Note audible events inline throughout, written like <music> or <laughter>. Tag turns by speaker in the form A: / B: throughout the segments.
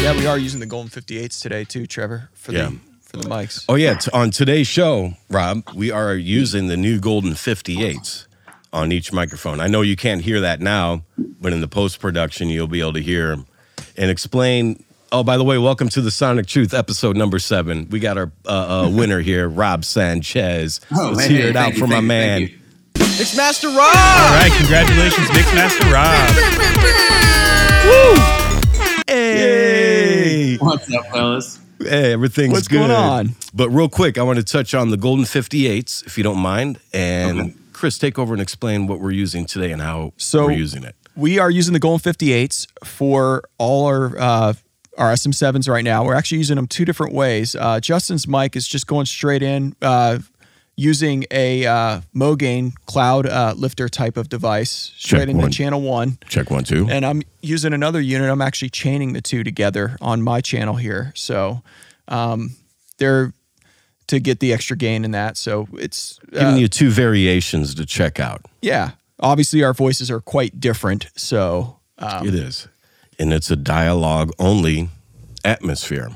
A: glad we are using the golden 58s today too, Trevor, for
B: Yeah.
A: the for the mics.
B: Oh yeah, t- on today's show, Rob, we are using the new Golden 58s on each microphone. I know you can't hear that now, but in the post-production you'll be able to hear 'em. and explain Oh, by the way, welcome to the Sonic Truth episode number 7. We got our uh, uh, winner here, Rob Sanchez.
C: Oh,
B: Let's
C: hey,
B: hear
C: hey,
B: it
C: thank
B: out
C: you,
B: for my
C: thank you,
B: man.
C: thank you.
A: It's Master Rob.
D: All right, congratulations, Mixmaster Rob.
B: Hey.
C: What's up, fellas?
B: Hey, everything's
A: What's
B: good.
A: going on?
B: But real quick, I want to touch on the Golden 58s, if you don't mind. And Chris, take over and explain what we're using today and how
A: So
B: we're using it.
A: We are using the golden 58s for all our uh, our SM7s right now. We're actually using them two different ways. Uh, Justin's mic is just going straight in uh, using a uh, Mogain cloud uh, lifter type of device straight into
B: one.
A: channel one.
B: Check one, two.
A: and I'm using another unit. I'm actually chaining the two together on my channel here. So um, they're to get the extra gain in that. So it's
B: Giving
A: uh,
B: you two variations to check out.
A: yeah. Obviously, our voices are quite different. So uh,
B: it is. And it's a dialogue only atmosphere.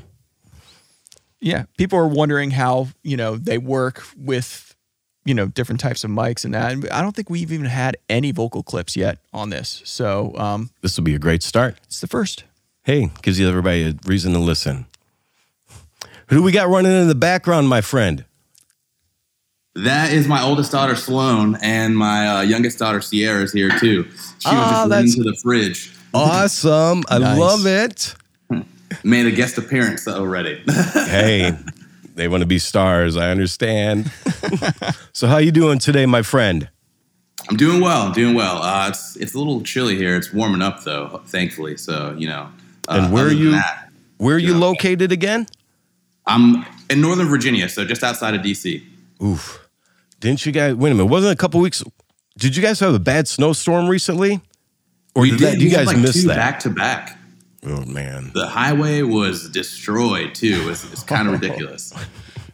A: yeah, people are wondering how you know they work with you know different types of mics and that. And I don't think we've even had any vocal clips yet on this. So um,
B: This will be a great start.
A: it's the first.
B: Hey, gives you everybody a reason to listen. Who do we got running in the background, my friend?
C: That is my oldest daughter Sloane, and my uh, youngest daughter Sierra is here too. She
B: Ah,
C: was
B: that's-
C: just into the fridge.
B: Awesome. I
A: Nice.
B: love it.
C: Made a guest appearance already.
B: hey, they want to be stars. I <laughs> understand. so how you doing today, my friend?
C: <laughs> I'm doing well. I'm doing well. Uh, it's it's a little chilly here. It's warming up though, thankfully. So you know. Uh,
B: And where
C: other
B: are
C: than
B: you-
C: that,
B: Where are you
C: Yeah.
B: located again?
C: I'm in Northern Virginia, so just outside of DC.
B: Oof. Didn't you guys wait a minute? Wasn't it a couple weeks? Did you guys have a bad snowstorm recently? Or did that,
C: did-
B: you
C: we had,
B: guys
C: like,
B: missed
C: two
B: that?
C: back to back.
B: Oh man.
C: The highway was destroyed too. It's, it's
B: <laughs>
C: kind
B: Oh.
C: of ridiculous.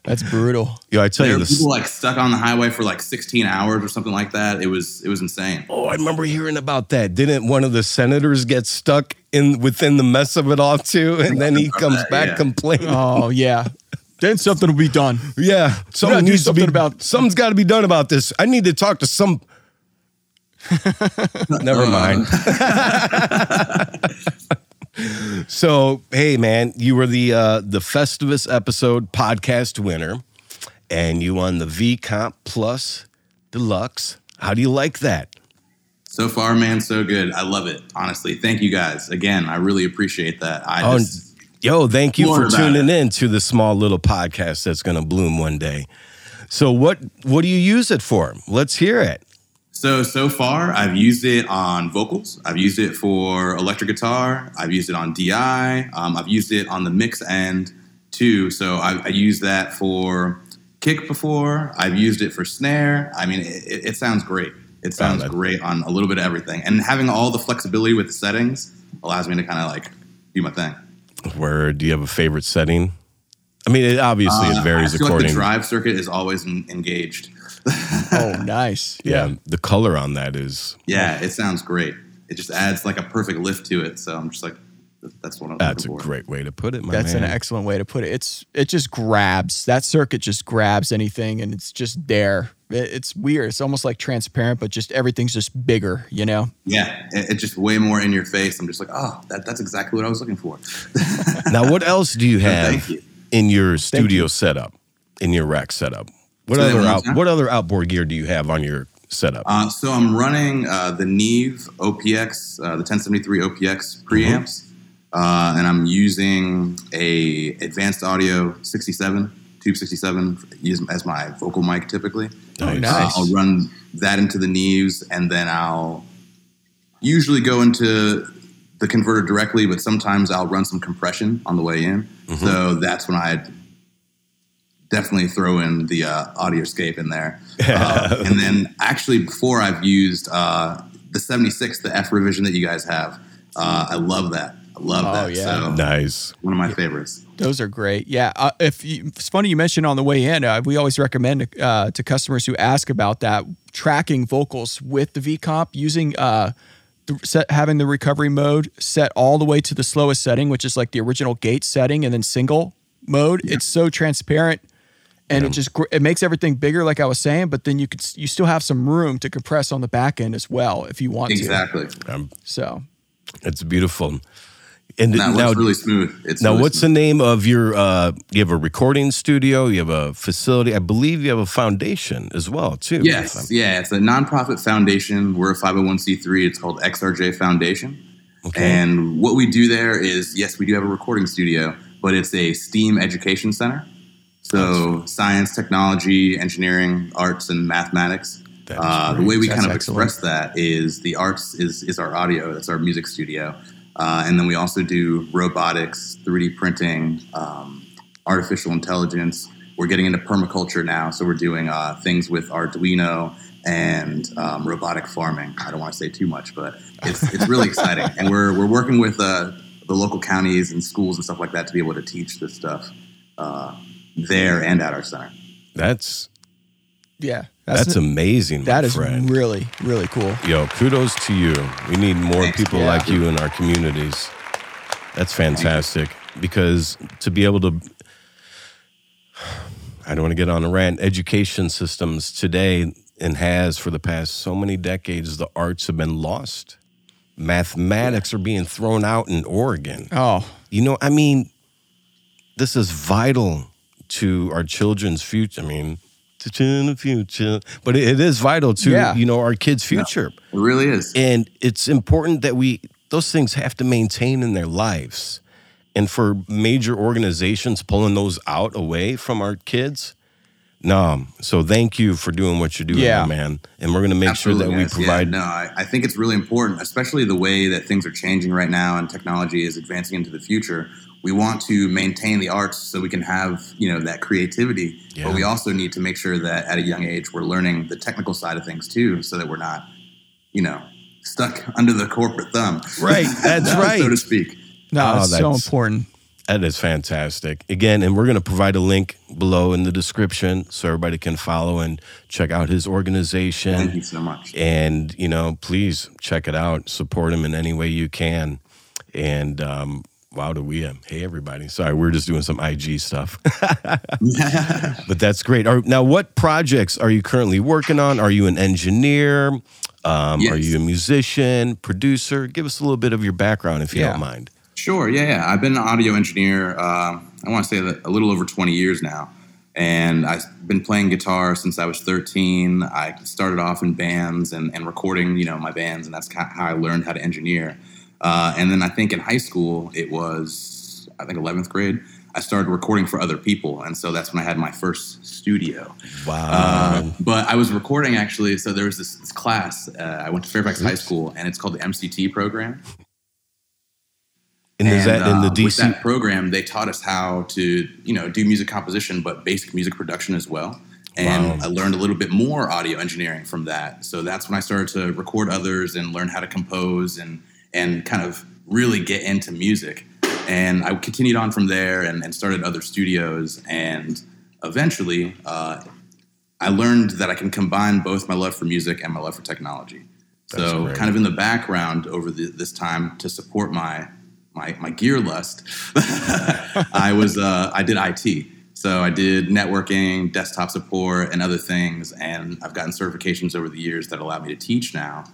A: That's brutal.
B: Yo, I tell
C: There
B: you
C: were
B: this.
C: people like stuck on the highway for like 16 hours or something like that. It was it was insane.
B: Oh, I remember hearing about that. Didn't one of the senators get stuck in within the mess of it all too? And then he comes back
C: Yeah.
B: complaining.
A: Oh yeah. <laughs> Then something will be done.
B: Yeah,
A: gotta
B: something
A: do
B: needs to be
A: something about-
B: Something's got to be done about this. I need to talk to some. Uh. Never mind. <laughs> so hey, man, you were the uh, the Festivus episode podcast winner, and you won the V Comp Plus Deluxe. How do you like that?
C: So far, man, so good. I love it. Honestly, thank you guys again. I really appreciate that. I
B: Oh,
C: just,
B: yo, thank you for
C: More about
B: tuning in to the small little podcast that's going to bloom one day. So what what do you use it for? Let's hear it.
C: so so far, I've used it on vocals. I've used it for electric guitar. I've used it on DI. Um, I've used it on the mix end too. So I, I used that for kick before. I've used it for snare. I mean, it, it, it sounds great. It sounds
B: that-
C: great on a little bit of everything. And having all the flexibility with the settings allows me to kind of like do my thing.
B: Where do you have a favorite setting? I mean, it obviously it varies
C: Uh, I feel
B: according.
C: like the drive circuit is always en- engaged.
A: Oh nice.
B: yeah, the color on that is
C: Yeah, it sounds great. It just adds like a perfect lift to it. So I'm just like, that's what I'm
B: that's a
C: looking for.
B: great way to put it. My
A: That's an
B: man.
A: excellent way to put it. It's it just grabs that circuit just grabs anything and it's just there. It- it's weird. It's almost like transparent, but just everything's just bigger. You know.
C: Yeah, it, it's just way more in your face. I'm just like, oh, that, that's exactly what I was looking for.
B: now, what else do you have
C: <laughs> Thank you.
B: in your studio setup, in your rack setup? What
C: Say that
B: other
C: one more
B: out,
C: time.
B: what other outboard gear do you have on your setup?
C: Uh, so I'm running uh, the Neve OPX, uh, the 1073 OPX preamps, uh, and I'm using a Advanced Audio 67, Tube 67, use as my vocal mic typically.
B: Nice. <laughs>
C: Uh, I'll run that into the Neves, and then I'll usually go into the converter directly, but sometimes I'll run some compression on the way in.
B: Mm-hmm.
C: So that's when I definitely throw in the uh, audioscape in there. Uh, and then actually, before I've used uh, the 76, the F revision that you guys have, uh, I love that. I love
A: Oh,
C: that.
A: yeah.
C: So
B: nice.
C: one of my favorites.
A: Those are great. Yeah. Uh, if you, it's funny you mentioned on the way in, uh, we always recommend uh, to customers who ask about that tracking vocals with the VComp using uh, the, set, having the recovery mode set all the way to the slowest setting, which is like the original gate setting, and then single mode. It's so transparent, and it just gr- it makes everything bigger, like I was saying. But then you could s- you still have some room to compress on the back end as well if you want
C: Exactly.
B: Um,
A: to. So
B: it's beautiful. And
C: That
B: now,
C: looks really smooth. It's
B: now
C: really
B: what's the
C: smooth.
B: name of your? Uh, you have a recording studio. You have a facility. I believe you have a foundation as well too. If I'm-
C: Yes, yeah, it's a nonprofit foundation. We're a 501c3. It's called XRJ Foundation. And what we do there is, yes, we do have a recording studio, but it's a STEAM education center. So science, technology, engineering, arts, and mathematics.
B: That is
C: Uh, the way we
A: That's
C: kind of
A: excellent.
C: express that is the arts is, is our audio, that's our music studio. Uh, and then we also do robotics, 3D printing, um, artificial intelligence. We're getting into permaculture now, so we're doing uh, things with Arduino and um, robotic farming. I don't want to say too much, but it's, it's really
A: <laughs>
C: exciting. And we're, we're working with uh, the local counties and schools and stuff like that to be able to teach this stuff uh, there and at our center.
B: That's
A: yeah,
B: that's, amazing. my
A: that is
B: friend.
A: really really cool.
B: Yo, kudos to you. We need more
C: Thanks,
B: people
C: yeah.
B: like you in our communities. That's fantastic because to be able to, I don't want to get on a rant. Education systems today and has for the past so many decades, the arts have been lost. Mathematics are being thrown out in Oregon.
A: Oh
B: You know, I mean, this is vital to our children's future. I mean, to the future, but it is vital to
A: Yeah.
B: you know our kids' future.
C: It really is.
B: And it's important that we those things have to maintain in their lives. And for major organizations pulling those out away from our kids, no. So thank you for doing what you're doing,
A: Yeah.
B: my man. And we're gonna make sure that
C: Absolutely,
B: we
C: yes.
B: provide.
C: Yeah, no, I, I think it's really important, especially the way that things are changing right now and technology is advancing into the future. We want to maintain the arts so we can have you know that creativity,
B: Yeah.
C: but we also need to make sure that at a young age we're learning the technical side of things too, so that we're not you know stuck <laughs> under the corporate thumb. <laughs>
B: Right,
A: <laughs>
B: that's
C: so to
B: right.
C: speak.
A: no,
B: Oh,
A: it's so
B: that's-
A: important.
B: That is fantastic. Again, and we're going to provide a link below in the description so everybody can follow and check out his organization.
C: Thank you so much.
B: And, you know, please check it out. Support him in any way you can. And, um, wow, do we. um, Hey, everybody. Sorry, we're just doing some IG
C: <laughs>
B: stuff. but that's great. Are, now, what projects are you currently working on? Are you an engineer? Um, Are
C: Yes.
B: you a musician, producer? Give us a little bit of your background if you
A: Yeah.
B: don't mind.
C: Sure. Yeah, yeah. I've been an audio engineer. Uh, I want to say that a little over 20 years now, and I've been playing guitar since I was 13. I started off in bands and, and recording, you know, my bands, and that's ki- how I learned how to engineer. Uh, and then I think in high school it was, I think 11th grade. I started recording for other people, and so that's when I had my first studio.
B: Wow.
C: Uh, but I was recording actually, so there was this, this class. Uh, I went to Fairfax High School, and it's called the MCT program.
B: and, is that in the
C: uh, With
B: DC?
C: that program, they taught us how to, you know, do music composition, but basic music production as well. And
B: Wow.
C: I learned a little bit more audio engineering from that. So that's when I started to record others and learn how to compose and and kind of really get into music. And I continued on from there and, and started other studios. And eventually, uh, I learned that I can combine both my love for music and my love for technology.
B: That's
C: so,
B: great.
C: kind of in the background over the, this time to support my my, my gear lust, <laughs> I was uh, I did IT. So I did networking, desktop support, and other things. And I've gotten certifications over the years that allow me to teach now.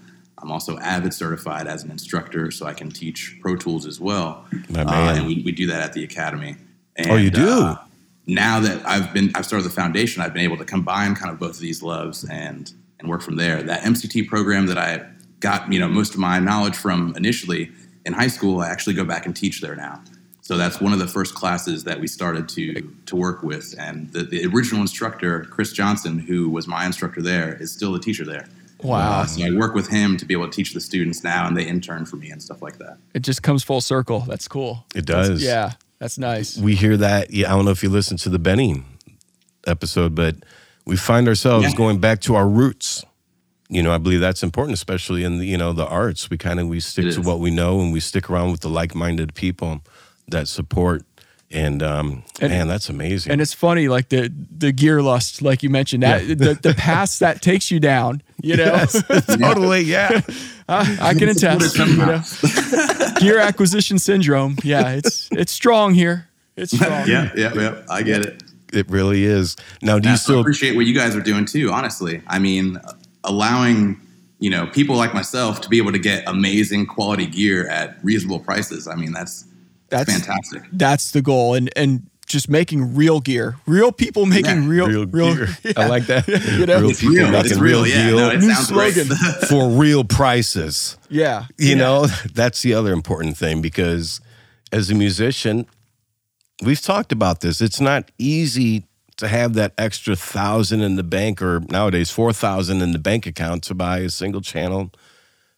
C: I'm also Avid certified as an instructor, so I can teach Pro Tools as well.
B: My
C: Uh,
B: man.
C: and we, we do that at the academy. And,
B: Oh, you do?
C: uh, now that I've been I've started the foundation, I've been able to combine kind of both of these loves and and work from there. That MCT program that I got, you know, most of my knowledge from initially in high school, I actually go back and teach there now. So that's one of the first classes that we started to to work with, and the, the original instructor, Chris Johnson, who was my instructor there, is still the teacher there.
A: Wow.
C: Uh, so I work with him to be able to teach the students now, and they intern for me and stuff like that.
A: It just comes full circle. That's cool.
B: It does.
A: Yeah, that's nice.
B: We hear that. Yeah, I don't know if you listened to the Benny episode, but we find ourselves
C: Yeah.
B: going back to our roots. You know, I believe that's important, especially in the, you know the arts. We kind of we stick
C: It
B: to
C: is.
B: what we know, and we stick around with the like-minded people that support. And, um,
A: And-
B: man, that's amazing.
A: And it's funny, like the the gear lust, like you mentioned, that the, the pass that takes you down. You know,
B: <laughs> totally, yeah.
A: <laughs> I, I can attest. you know. <laughs> Gear acquisition syndrome. Yeah, it's it's strong here. It's strong.
C: yeah, yeah, yeah. I get it.
B: It really is. Now, do
C: I
B: you still?
C: appreciate what you guys are doing too. Honestly, I mean, allowing you know people like myself to be able to get amazing quality gear at reasonable prices. I mean, that's that's,
A: That's-
C: fantastic.
A: That's the goal, and and just making real gear, real people making
C: Yeah,
A: real
B: Real,
A: real, <laughs>
B: gear. I like that.
A: You know?
B: real
A: It's
B: people
C: It's
B: making real,
C: real. Yeah,
B: deal
C: no, it
A: New
C: sounds great.
A: slogan.
B: for real prices.
A: Yeah,
B: You
A: Yeah.
B: know, <laughs> that's the other important thing because as a musician, we've talked about this. It's not easy to have that extra thousand in the bank or nowadays 4,000 in the bank account to buy a single channel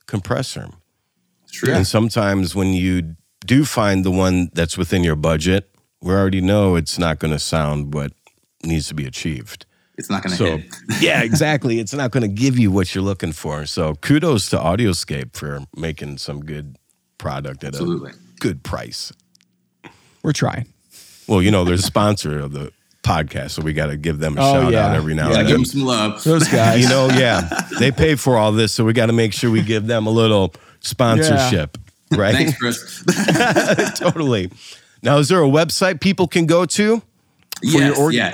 B: compressor.
C: <laughs> True.
B: And sometimes when you do find the one that's within your budget, we already know it's not going to sound what needs to be achieved.
C: It's not <laughs> going to
B: So,
C: hit.
B: yeah, exactly. It's not going to give you what you're looking for. So, kudos to Audioscape for making some good product at
C: Absolutely.
B: a good price.
A: we're trying.
B: Well, you know, they're a sponsor of the podcast, so we got to give them a
A: Oh,
B: shout out
A: yeah.
B: every now
C: Yeah,
B: and
C: give
B: then.
C: them some love.
A: Those guys.
B: You know,
C: <laughs>
B: yeah, they pay for all this, so we got to make sure we give them a little sponsorship, right? <laughs>
C: Thanks, Chris.
B: totally. Now, is there a website people can go to?
C: yes,
B: org-
C: yeah,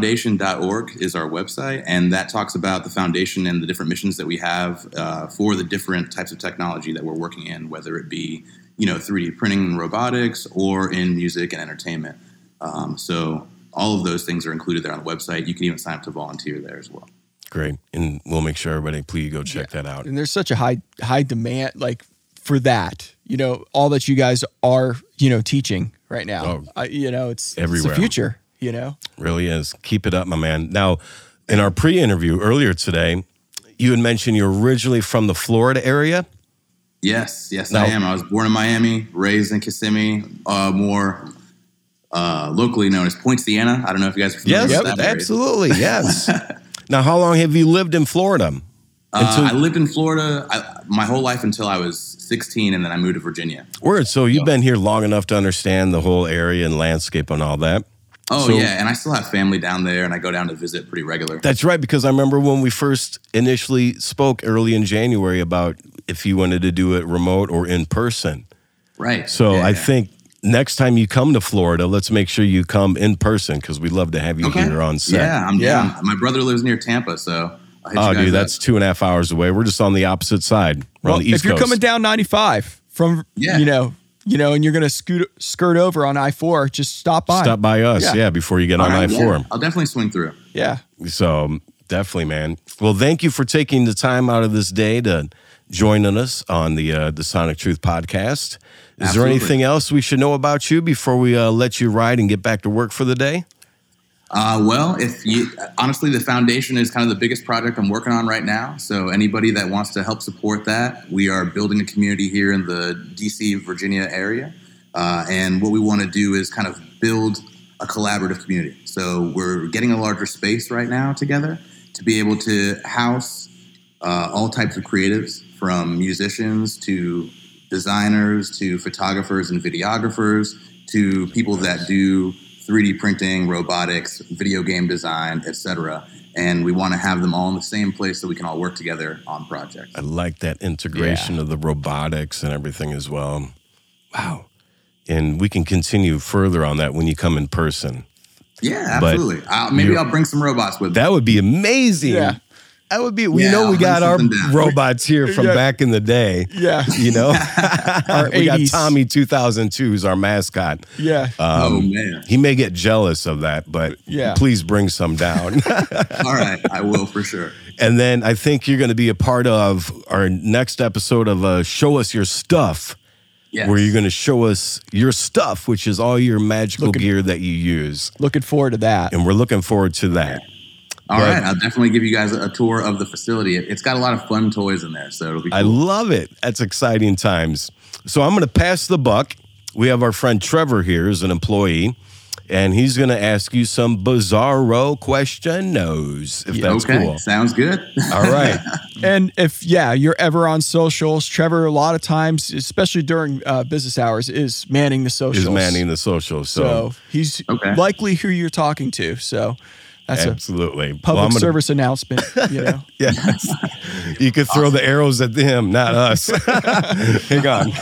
C: xrjfoundation.org is our website, and that talks about the foundation and the different missions that we have uh, for the different types of technology that we're working in, whether it be you know 3D printing and robotics or in music and entertainment. Um, so all of those things are included there on the website. You can even sign up to volunteer there as well.
B: Great, and we'll make sure everybody please go check that out.
A: and there's such a high high demand like for that you know all that you guys are you know teaching right now
B: Oh,
A: I, you know it's
B: everywhere.
A: it's the future you know
B: Really is. Keep it up, my man. Now, in our pre-interview earlier today, you had mentioned you're originally from the Florida area.
C: Yes, yes,
B: Now-
C: I am. I was born in Miami, raised in Kissimmee, uh, more uh, locally known as Poinciana. I don't know if you guys are familiar with that. area.
B: absolutely,
C: <laughs>
B: yes. now, how long have you lived in Florida?
C: Uh, I
B: Until,
C: lived in Florida I, my whole life until I was 16, and then I moved to Virginia.
B: word. So you've been here long enough to understand the whole area and landscape and all that.
C: Oh
B: So-
C: yeah, and I still have family down there, and I go down to visit pretty regular.
B: That's right, because I remember when we first initially spoke early in January about if you wanted to do it remote or in person.
C: right.
B: So
C: Yeah,
B: I
C: yeah.
B: think next time you come to Florida, let's make sure you come in person because we'd love to have you
C: Okay.
B: here on set.
C: Yeah, I'm
A: Yeah.
C: down. My brother lives near Tampa, so. I'll hit
B: Oh,
C: you guys
B: dude, that's
C: up.
B: two and a half hours away. We're just on the opposite side. We're
A: well
B: on the East
A: if you're
B: Coast.
A: coming down 95 from
C: Yeah.
A: you know you know and you're gonna scoot skirt over on i4 just stop by
B: Stop by us, yeah,
A: Yeah.
B: before you get
C: All
B: on I
C: right,
B: four.
C: yeah, I'll definitely swing through.
A: yeah
B: So um, definitely, man. Well, thank you for taking the time out of this day to joining us on the uh, the Sonic Truth podcast. Is there
C: Absolutely.
B: anything else we should know about you before we uh, let you ride and get back to work for the day?
C: Uh, well, if you honestly, the foundation is kind of the biggest project I'm working on right now. So anybody that wants to help support that, we are building a community here in the D.C. Virginia area, uh, and what we want to do is kind of build a collaborative community. So we're getting a larger space right now together to be able to house uh, all types of creatives, from musicians to designers to photographers and videographers to people that do 3D printing, robotics, video game design, etc. And we want to have them all in the same place so we can all work together on projects.
B: I like that integration of the robotics and everything as well. Wow. And we can continue further on that when you come in person.
C: Yeah,
B: But
C: absolutely. I'll, maybe
B: you're-
C: I'll bring some robots with me.
B: That would be amazing.
A: Yeah.
B: That would be, we
C: Yeah,
B: know
C: I'll
B: we
C: bring
B: got our
C: something down.
B: robots here from
A: Yeah.
B: back in the day.
A: yeah
B: You
C: <laughs>
B: know, <laughs> we got
A: 80s.
B: Tommy 2002 who's our mascot. <laughs> Um,
A: yeah
C: oh man!
B: He may get jealous of that, but
A: Yeah.
B: please bring some down.
C: <laughs> All right, I will for sure.
B: <laughs> and then I think you're going to be a part of our next episode of uh, Show Us Your Stuff.
C: Yes.
B: where you're going to show us your stuff, which is all your magical gear that you use.
A: looking forward to that
B: And we're looking forward to that.
C: All
B: Yeah.
C: right, I'll definitely give you guys a tour of the facility. It- It's got a lot of fun toys in there, so it'll be.
B: I
C: cool.
B: love it. That's exciting times. So I'm going to pass the buck. We have our friend Trevor here as an employee, and he's going to ask you some bizarro questionos, if that's
C: okay,
B: cool.
C: sounds good. <laughs>
A: <laughs>
B: All right.
A: And if yeah, you're ever on socials, Trevor, a lot of times, especially during uh, business hours, is manning the socials.
B: Is manning the social. So,
A: So he's
C: Okay.
A: likely who you're talking to. So That's a
B: Absolutely.
A: public
B: Well, I'm gonna-
A: service announcement. You <laughs> know,
B: <laughs> Yes. you could throw the arrows at them, not us. <laughs> Hang on.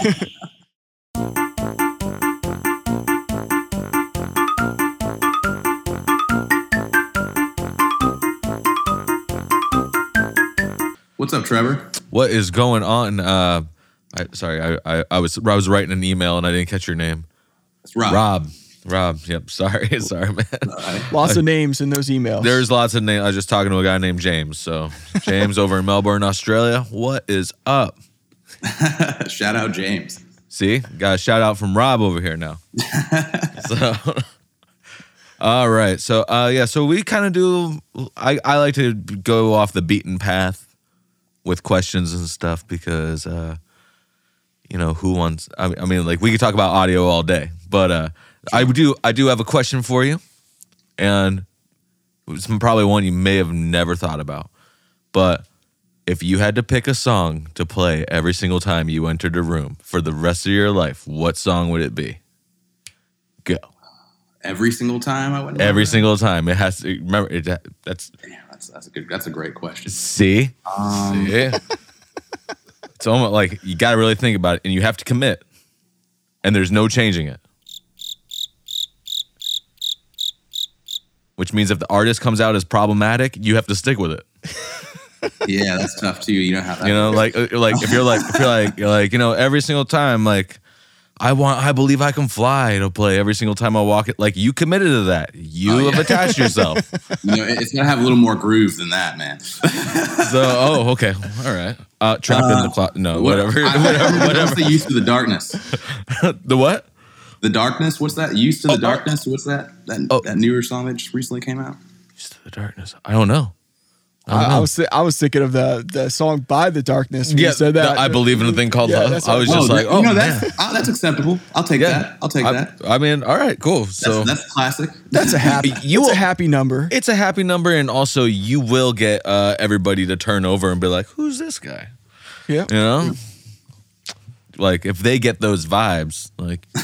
C: What's up, Trevor?
E: What is going on? Uh, I, sorry, I, I, I was I was writing an email and I didn't catch your name.
C: It's Rob.
E: Rob. Rob. Yep. <laughs> Sorry. Sorry, man.
A: lots of names in those emails.
E: There's lots of names. I was just talking to a guy named James. So James over in Melbourne, Australia. What is up?
C: Shout out James.
E: See, got a shout out from Rob over here now. so, <laughs> all right. So, uh, yeah. So we kind of do. I I like to go off the beaten path with questions and stuff because, uh, you know, who wants? I, mean- I mean, like we could talk about audio all day, but uh, I do I do have a question for you, and it's probably one you may have never thought about, but if you had to pick a song to play every single time you entered a room for the rest of your life, what song would it be? Go.
C: Every single time I went
E: Every single time. It has to remember it, that's
C: Damn, that's, that's a good. That's a great question.
E: see? see? it's almost like you gotta really think about it and you have to commit. And there's no changing it. Which means if the artist comes out as problematic, you have to stick with it.
C: <laughs> Yeah, that's tough too. <laughs> You know how that
E: You know, like uh, like if you're like if you're like you're like you know every single time like I want I believe I can fly to play every single time I walk it like you committed to that you
C: Oh, yeah.
E: have attached yourself
C: You know, it- it's gonna have a little more groove than that, <laughs> man.
E: so oh okay all right uh trapped in the clock no whatever
C: I-
E: whatever
C: What's
E: whatever
C: the use of the darkness?
E: <laughs> the what
C: The darkness. What's that? Used to the
E: Oh, oh.
C: darkness. What's that? That,
E: Oh.
C: that newer song that just recently came out.
E: Just the darkness I don't know
A: I, I was thi- I was thinking of the the song by the darkness. When
E: yeah
A: you said that
E: I believe in a thing called
A: Yeah,
E: love
A: that's
E: I was
A: what-
E: just
C: Whoa,
E: like
C: that-
E: oh
C: you know
E: man.
C: that's ah, that's acceptable. I'll take that. I'll take
E: I,
C: that. That's,
E: I mean all right cool so
C: that's classic.
A: That's a happy.
E: <laughs> You
A: You a
E: will-
A: happy number.
E: it's a happy number and also you will get uh everybody to turn over and be like who's this guy
A: yeah.
E: You know? Like if they get those vibes, like
C: <laughs>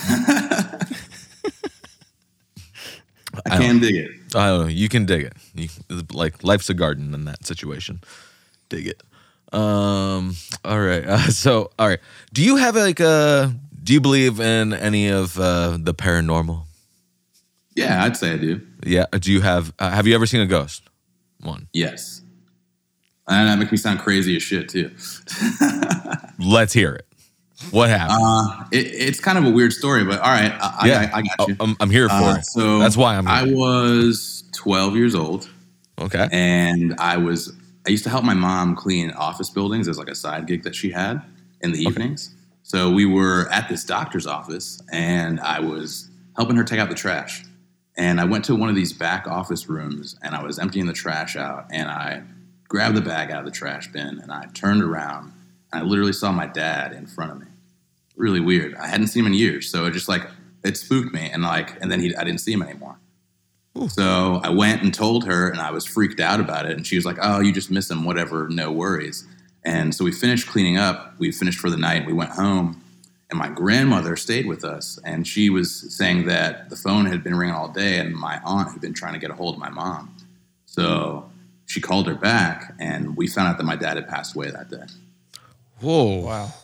C: I can dig it.
E: I don't know, you can dig it. You, like life's a garden in that situation. Dig it. Um. All right. <laughs> Uh, so all right. Do you have like a? Do you believe in any of uh, the paranormal?
C: Yeah, I'd say I do.
E: Yeah. Do you have? Uh, have you ever seen a ghost? One.
C: Yes. And that makes me sound crazy as shit too.
E: Let's hear it. What happened?
C: Uh, It, it's kind of a weird story, but all right, I,
E: yeah.
C: I, I got you.
E: Oh, I'm, I'm here for
C: Uh,
E: it.
C: so
E: that's why I'm
C: I
E: here.
C: was 12 years old,
E: okay.
C: and I was I used to help my mom clean office buildings as like a side gig that she had in the evenings. So we were at this doctor's office, and I was helping her take out the trash. And I went to one of these back office rooms, and I was emptying the trash out, and I grabbed the bag out of the trash bin, and I turned around, and I literally saw my dad in front of me really weird. I hadn't seen him in years, so it just like it spooked me, and like, and then he, I didn't see him anymore. So I went and told her, and I was freaked out about it. And she was like, "Oh, you just miss him, whatever, no worries." And so we finished cleaning up. We finished for the night. We went home, and my grandmother stayed with us. And she was saying that the phone had been ringing all day, and my aunt had been trying to get a hold of my mom. So she called her back, and we found out that my dad had passed away that day.
E: Whoa.
A: Wow.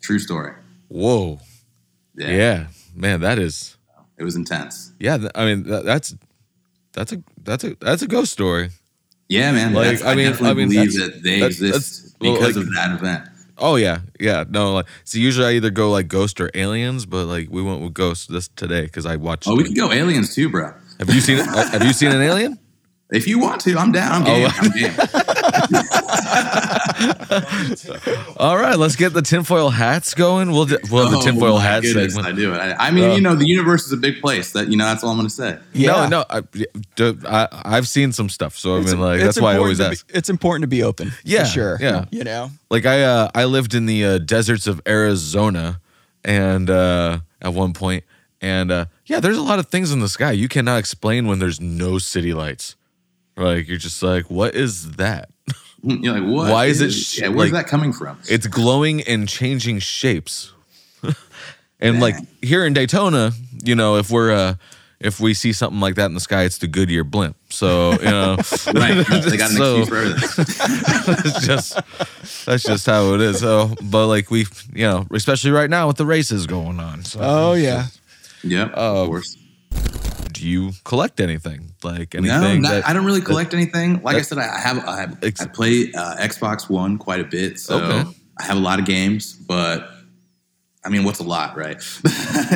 C: True story.
E: Whoa. yeah. Man, that is.
C: it was intense.
E: yeah th- i mean tha- that's that's a that's a that's a ghost story
C: Yeah, man.
E: Like,
C: That's- I,
E: I mean-
C: definitely
E: I mean,
C: believe
E: that's-
C: that they
E: that's-
C: exist
E: that's- well,
C: because
E: like-
C: of that event.
E: oh yeah yeah no like so usually i either go like ghost or aliens but like we went with ghosts this today because i watched
C: Oh, we can go aliens too, bro.
E: have you seen uh, have you seen an alien
C: If you want to, I'm down. I'm game.
E: Oh.
C: I'm
E: <laughs>
C: game.
E: all right let's get the tinfoil hats going we'll d- we'll have
C: Oh,
E: the tinfoil
C: my
E: hat
C: goodness, I
E: segment
C: do it. I, I mean, you know, the universe is a big place. That you know, that's all I'm gonna say.
A: Yeah.
E: no no I, yeah, d- I have seen some stuff so i
A: It's-
E: mean like
A: it's
E: that's why i
A: important
E: always
A: to be-
E: ask
A: it's important to be open. for
E: Yeah,
A: sure.
E: yeah.
A: You know.
E: like I uh, I lived in the uh, deserts of Arizona, and uh, at one point, and uh, yeah, there's a lot of things in the sky you cannot explain when there's no city lights. Like you're just like, what is that?
C: Hmm, You're like, what?
E: Why is it sh-
C: yeah, where's
E: like-
C: that coming from?
E: It's glowing and changing <laughs> shapes. and like here in Daytona, you know, if we're uh, if we see something like that in the sky, it's the Goodyear blimp. So you know,
C: <laughs> <laughs> Right. They
E: <laughs>
C: got an
E: So-
C: excuse for everything.
E: that's just that's just how it is. So, but like we, you know, especially right now with the races going on. So,
A: Oh yeah.
C: Yep.
E: Oh,
C: of course.
E: do you collect anything? Like
C: No,
E: anything?
C: not,
E: that-
C: I don't really collect anything. Like I
E: that-
C: said, I I have I, have,
E: Ex-
C: I play uh, Xbox One quite a bit, so
E: Okay.
C: I have a lot of games. But I mean, what's a lot, right? <laughs>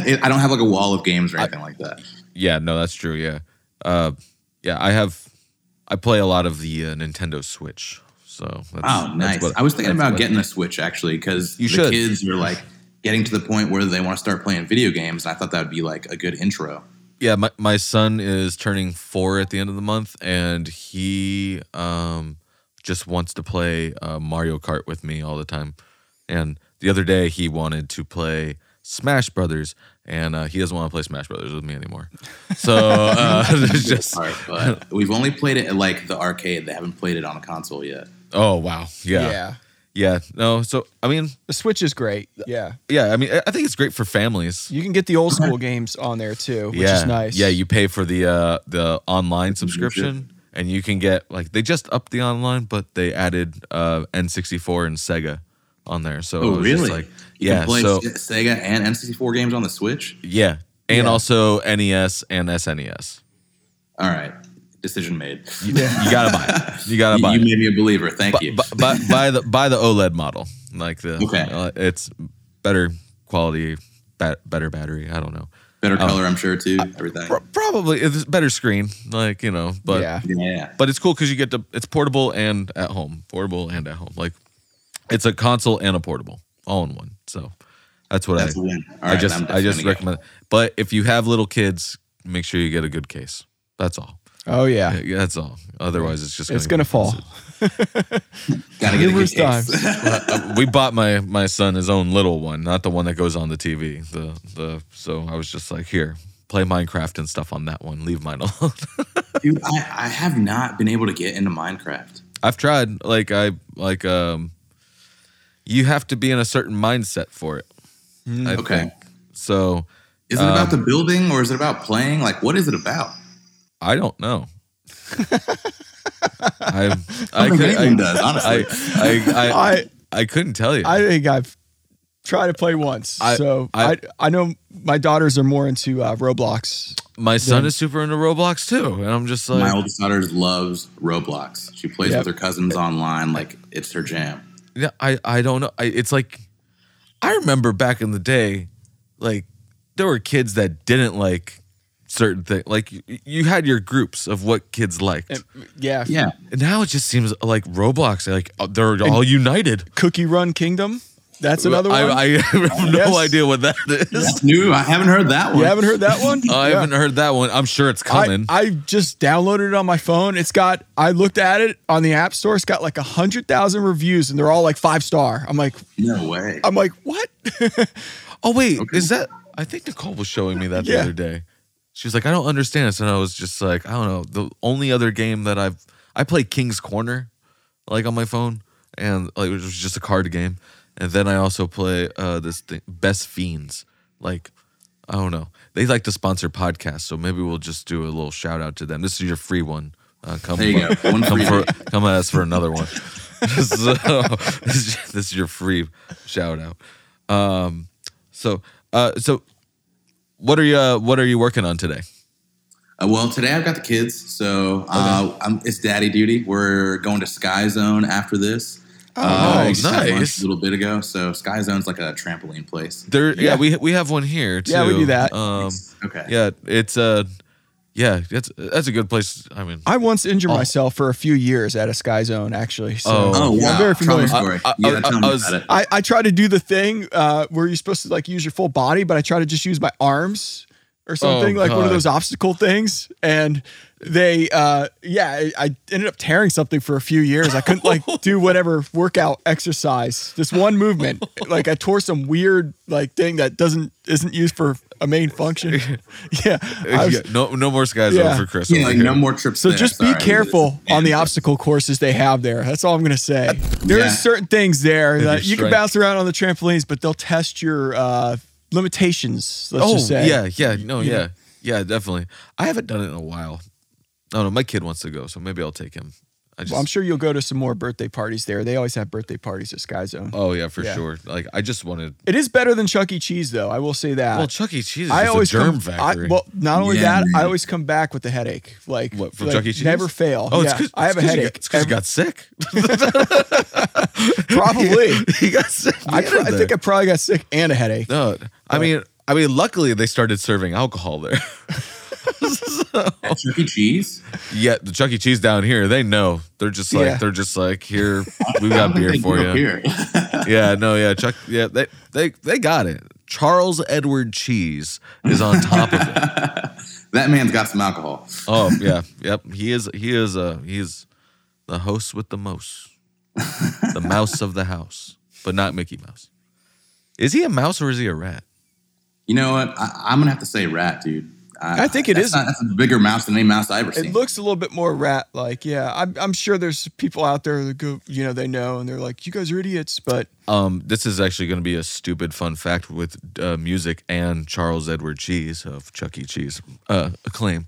C: It- I don't have like a wall of games or anything like that.
E: Yeah, no, that's true. Yeah, uh, yeah, I have. I play a lot of the uh, Nintendo Switch. So that's,
C: Oh,
E: that's
C: nice.
E: what-
C: I was thinking
E: that's
C: about
E: what-
C: getting a Switch actually because the
E: You should.
C: kids are like getting to the point where they want to start playing video games. And I thought that would be like a good intro.
E: Yeah, my, my son is turning four at the end of the month, and he um, just wants to play uh, Mario Kart with me all the time. And the other day, he wanted to play Smash Brothers, and uh, he doesn't want to play Smash Brothers with me anymore. So uh, <laughs> it's just
C: All right, but <laughs> we've only played it at like the arcade. They haven't played it on a console yet.
E: oh wow,
A: yeah,
E: yeah, yeah, No, so I mean,
A: The Switch is great. Yeah,
E: yeah, I mean, I- I think it's great for families.
A: you can get the old school games on there too, which
E: yeah,
A: is nice.
E: Yeah, you pay for the uh, the online subscription, and you can get like they just upped the online, but they added uh, N64 and Sega on there. So Oh, it was just like,
C: Oh, You can
E: yeah,
C: play
E: so
C: Se- Sega and N64 games on the Switch.
E: yeah, and
A: Yeah.
E: also NES and SNES.
C: All right, decision made. You,
E: You gotta buy it. You gotta
C: <laughs>
E: buy
C: you
E: it.
C: made me a believer. Thank you.
E: Uh, Bu- bu- buy the buy the OLED model, like the
C: Okay.
E: uh, it's better quality, bat- better battery. I don't know.
C: Better color, I'm sure too. Everything.
E: Pro- probably it's better screen, like you know, but
A: yeah,
C: yeah.
E: but it's cool because you get to it's portable and at home portable and at home like it's a console and a portable all in one so that's what
C: That's
E: i
C: a win. All
E: i
C: right,
E: just
C: I'm
E: i just
C: definitely gonna-
E: recommend but if you have little kids make sure you get a good case that's all
A: oh yeah.
E: Yeah, that's all otherwise it's just
A: It's gonna fall.
C: Gotta get a good
A: Numerous
C: case.
E: Uh, we bought my my son his own little one not the one that goes on the tv the the so i was just like here play minecraft and stuff on that one leave mine <laughs> alone
C: Dude, I, I have not been able to get into Minecraft.
E: I've tried. Like I like um you have to be in a certain mindset for it. I
C: okay.
E: think. So
C: Is it about the building or is it about playing? Like, what is it about?
E: I don't know. I I
C: I think
E: could
C: anyone
E: I,
C: does, honestly.
E: I, I, I,
A: <laughs> I
E: I couldn't tell you.
A: I think I've tried to play once.
E: I-
A: so I,
E: I-
A: I know my daughters are more into uh, Roblox.
E: My son
A: Then-
E: is super into Roblox too, and I'm just like
C: My oldest daughter loves Roblox. She plays
A: Yep.
C: with her cousins online. Like, it's her jam.
E: Yeah, I I don't know. I, it's like I remember back in the day, like there were kids that didn't like certain things. Like you, you had your groups of what kids liked.
A: And- yeah,
C: Yeah.
E: And now it just seems like Roblox, like uh, they're all united.
A: Cookie Run Kingdom. That's another one.
E: I, <laughs> I have no
A: Yes.
E: idea what that
A: <laughs>
E: is.
C: That's new. I haven't heard that one.
A: you haven't heard that one?
E: <laughs> I haven't heard that one. I'm sure it's
A: I,
E: coming.
A: I just downloaded it on my phone. It's got. I looked at it on the App Store. It's got like a hundred thousand reviews, and they're all like five star. I'm like,
C: No way.
A: I'm like, what? <laughs>
E: oh wait, is that? I think Nicole was showing me that the
A: Yeah.
E: other day. She was like, "I don't understand this," and I was just like, "I don't know." The only other game that I've I play King's Corner, like on my phone, and like it was just a card game, and then I also play uh this thing, Best Fiends. Like, I don't know. They like to sponsor podcasts, so maybe we'll just do a little shout out to them. This is your free one. Uh, come
C: There you go. One
E: come
C: free
E: for
C: day.
E: come at us for
A: <laughs>
E: another one. <laughs> so this is, this is your free shout out. Um, so uh, so what are you uh, what are you working on today?
C: Uh, well, today I've got the kids, so uh, I'm, it's daddy duty. We're going to Sky Zone after this. Oh,
E: nice.
C: A little bit ago, so Sky Zone's like a trampoline place.
E: There, yeah.
A: Yeah.
E: we we have one here too.
A: Yeah, we do that.
E: Um,
C: Okay.
E: yeah, it's uh, yeah, that's that's a good place. I mean,
A: I once injured
E: Oh.
A: myself for a few years at a Sky Zone, actually. So
E: Oh.
C: Oh,
A: I'm
C: wow.
A: very familiar.
C: Trauma story.
E: I- I-
C: yeah,
E: I-
C: tell
E: I
C: me
E: was-
C: about it.
A: <laughs> I, I try to do the thing uh, where you're supposed to like use your full body, but I try to just use my arms or something like one
E: Oh, God.
A: of those obstacle things. And they, uh, yeah, I, I ended up tearing something for a few years. I couldn't like
E: <laughs>
A: do whatever workout exercise. This one movement, like I tore some weird like thing that doesn't isn't used for a main function.
E: <laughs>
A: <laughs> yeah, I was-
E: yeah, no no more skies
A: Yeah.
E: over for Chris.
C: Yeah,
E: over
C: like
E: here.
C: no more trips.
A: So
C: there.
A: just
C: Sorry.
A: be
E: <laughs>
A: careful on the
C: Yeah.
A: obstacle courses they have there. That's all I'm gonna say. There's
C: Yeah.
A: certain things there that you can
E: strength.
A: bounce around on the trampolines, but they'll test your uh, limitations. Let's
E: oh
A: just say.
E: yeah, yeah, no, yeah. Yeah, definitely. I haven't done it in a while. No, no, my kid wants to go, so maybe I'll take him. I just,
A: Well, I'm sure you'll go to some more birthday parties there. They always have birthday parties at Sky Zone.
E: oh yeah, for
A: Yeah.
E: sure. Like I just wanted.
A: It is better than Chuck E. Cheese, though. I will say that.
E: Well, Chuck E. Cheese is
A: I
E: just
A: always
E: a germ
A: come,
E: factory.
A: I, well, not only
C: Yeah,
A: that,
C: man.
A: I always come back with a headache. Like
E: What, from
A: like,
E: Chuck E. Cheese?
A: Never fail.
E: oh,
A: yeah,
E: it's 'cause-
A: I have a
E: it's 'cause you got-
A: headache.
E: It's because you got
A: <laughs>
E: sick. <laughs>
A: Every- <laughs> probably.
E: he got sick.
A: I, pro- I think Oh. I probably got sick and a headache.
E: no. I mean, I mean, luckily they started serving alcohol there. <laughs>
C: At Chuck E. Cheese.
E: Yeah, the Chuck E. Cheese down here, they know. They're just like
A: Yeah.
E: they're just like here. We
C: <laughs>
E: got beer
C: They
E: for
C: do
E: you.
C: up Here.
E: Yeah, no, yeah, Chuck. Yeah, they they they got it. Charles Edward Cheese is on top of it.
C: that man's got some alcohol.
E: Oh yeah, yep. He is he is uh he is the host with the most, the mouse of the house, but not Mickey Mouse. Is he a mouse or is he a rat?
C: You know what? I, I'm gonna have to say rat, dude.
A: I think it
C: that's
A: is-
C: Not, that's a bigger mouse than any mouse I ever
A: It
C: seen.
A: looks a little bit more rat like. Yeah, I'm, I'm sure there's people out there that go, you know, they know and they're like, you guys are idiots. But
E: Um, this is actually going to be a stupid fun fact with uh, music and Charles Edward Cheese of Chuck E. Cheese uh, acclaim.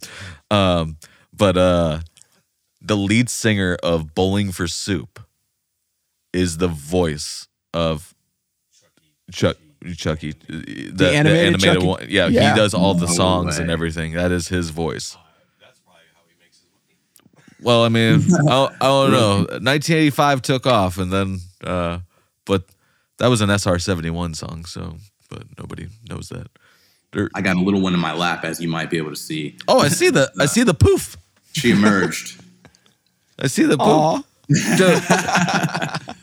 E: Um, but uh, the lead singer of Bowling for Soup is the voice of Chuck Chuck E. The, the
A: animated Chuck E.
E: one. Yeah,
A: Yeah.
E: he does all the
C: No
E: songs
C: way.
E: and everything. That is his voice. Well, I mean, I, I don't know. 1985 took off, and then, uh, but that was an SR71 song, so, but nobody knows that. There-
C: I got a little one in my lap, as you might be able to see.
E: oh, I see the, I see the poof.
C: She
E: <laughs>
C: emerged.
E: I see the <laughs> poof.
A: aw,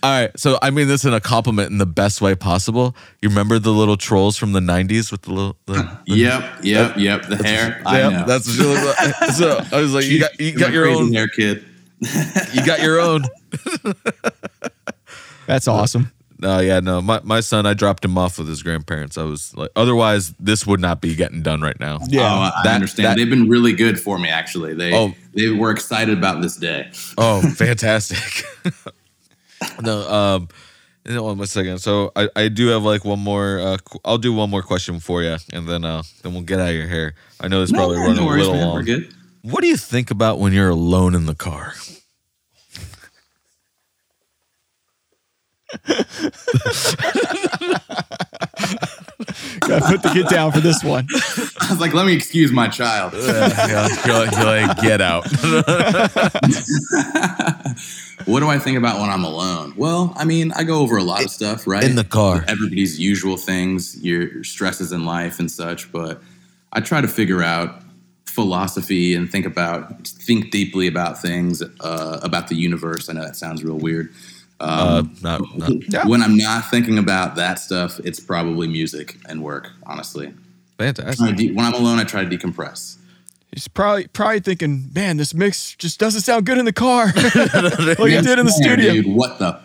E: All right, so I mean this in a compliment in the best way possible. You remember the little trolls from the '90s with the little. The,
C: yep, yep, yep. The hair. I
E: Yep,
C: know.
E: that's what you look like. So I was like, you got, you
C: She's
E: got
C: a
E: your
C: crazy
E: own.
C: hair, kid.
E: You got your own.
A: that's <laughs> awesome.
E: No, yeah, no. My my son, I dropped him off with his grandparents. I was like, otherwise, this would not be getting done right now.
A: Yeah.
C: oh, I
E: that-
C: understand.
E: that-
C: They've been really good for me, actually. They
E: Oh.
C: they were excited about this day.
E: <laughs> Oh, fantastic. <laughs> no, um, you know, one second. So I, I do have like one more. Uh, qu- I'll do one more question for you, and then uh, then we'll get out of your hair. I know it's probably running a little
C: We're
E: long.
C: good. <laughs>
E: What do you think about when you're alone in the car? <laughs>
A: Gotta put the kid down for this one.
C: I was like, let me excuse my
E: <laughs>
C: child.
E: you're, like, you're like, get out. <laughs>
C: What do I think about when I'm alone? Well, I mean, I go over a lot of stuff, right?
E: in the car.
C: Everybody's usual things, your your stresses in life and such, but I try to figure out philosophy and think about think deeply about things uh, about the universe. I know that sounds real weird.
E: Uh, not, not,
C: When I'm not thinking about that stuff, it's probably music and work, honestly. I
E: fantastic.
C: de- when I'm alone, I try to decompress.
A: He's probably probably thinking, man, this mix just doesn't sound good in the car, <laughs> like it did in the
C: Yeah,
A: studio.
C: Dude, what the?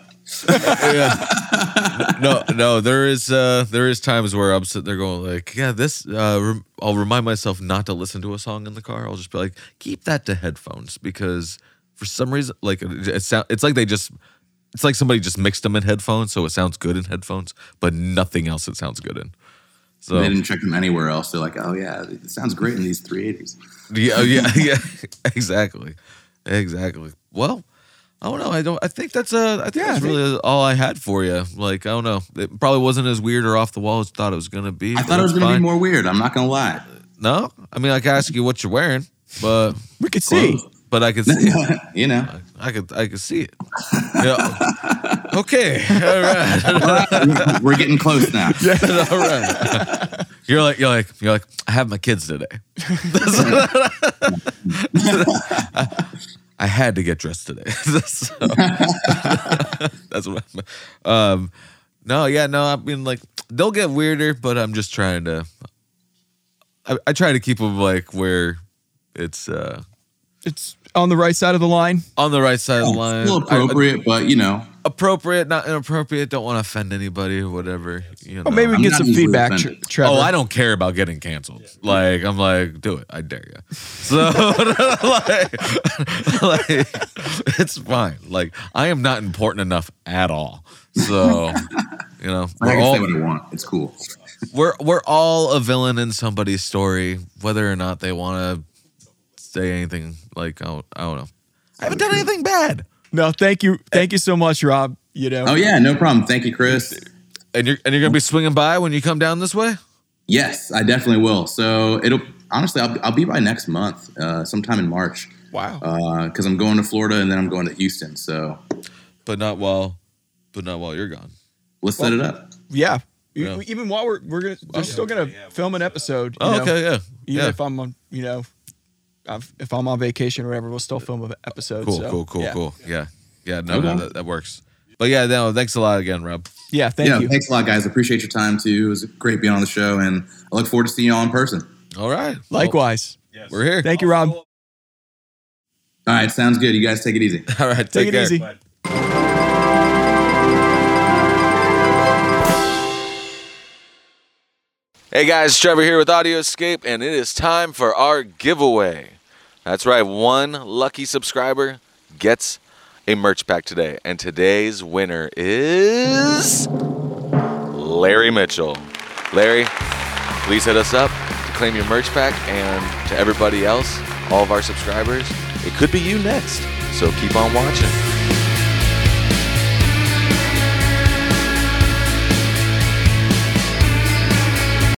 E: no, no, there is uh there is times where I'm sitting there going like, yeah, this uh rem- I'll remind myself not to listen to a song in the car. I'll just be like, keep that to headphones because for some reason like it, it sound it's like they just it's like somebody just mixed them in headphones so it sounds good in headphones, but nothing else it sounds good in. So
C: They didn't check them anywhere else. They're like, oh yeah, it sounds great in these 380s.
E: Yeah, oh,
C: <laughs>
E: yeah, yeah. Exactly, exactly. Well, I don't know. I don't. I think that's uh I think
A: Yeah, I
E: that's
A: think-
E: really all I had for you. Like I don't know. It probably wasn't as weird or off the wall as I thought it was gonna be.
C: I
E: but
C: thought it was
E: that's
C: going to be
E: fine.
C: more weird. I'm not going to lie. <laughs>
E: No, I mean I could ask you what you're wearing, but
A: We could see.
E: but I
C: <laughs>
E: could see. it.
C: you know,
E: I could I could see it. Yeah.
C: <laughs>
E: Okay. All right. <laughs>
C: We're- we're getting close now.
E: All right. <laughs> You're like you're like you're like I have my kids today. <laughs> I had to get dressed today. <laughs> So- that's what. I'm, um, no, yeah, no. I mean, like they'll get weirder, but I'm just trying to. I, I try to keep them like where it's uh,
A: It's on the right side of the line.
E: on the right side of the line.
C: A little
E: I- I-
C: appropriate, but you know,
E: appropriate, not inappropriate. Don't want to offend anybody or whatever. You know.
A: Well, maybe we
C: I'm
A: can get
C: not
A: some
C: easily
A: feedback, Tre-
C: offended.
A: Trevor.
E: Oh, I don't care about getting canceled. Like I'm like, do it. I dare you. So <laughs> like, like, it's fine. Like I am not important enough at all. So You know,
C: Like, <laughs> I
E: we're
C: can
E: all,
C: say what I want. It's cool.
E: we're we're all a villain in somebody's story, whether or not they want to say anything. Like I don't, I don't know. I haven't done anything bad.
A: No, thank you, thank you so much, Rob. You know,
C: Oh yeah, no problem. Thank you, Chris.
E: And you're and you're gonna be swinging by when you come down this way.
C: Yes, I definitely will. So it'll honestly, I'll, I'll be by next month, uh, sometime in March,
A: wow.
C: Uh, because I'm going to Florida and then I'm going to Houston. So
E: but not while, but not while you're gone.
C: let's set it up.
A: yeah. E-
E: Yeah.
A: Even while we're we're gonna, they're still gonna film an
C: uh,
A: episode. you
E: Oh,
A: know?
E: okay, yeah,
A: Even
E: yeah.
A: if I'm on, you know, I've, if I'm on vacation or whatever, we'll still film an episode.
E: cool,
A: so,
E: cool, cool,
A: yeah.
E: cool. Yeah, yeah. No, no,
C: Okay.
E: that, that works. But yeah, no. Thanks a lot again, Rob.
A: Yeah, thank
C: yeah,
A: you.
C: thanks a lot, guys. Appreciate your time too. It was great being on the show, and I look forward to seeing you all in person.
E: All right. Well,
A: Likewise.
E: we're here.
A: Thank you, Rob.
C: All right, sounds good. You guys take it easy.
E: <laughs> All right.
A: Take,
E: Take,
A: it
E: care.
A: easy.
E: Hey guys, Trevor here with Audioscape, and it is time for our giveaway. That's right, one lucky subscriber gets a merch pack today, and today's winner is Larry Mitchell. Larry, please hit us up to claim your merch pack, and to everybody else, all of our subscribers, it could be you next. So keep on watching.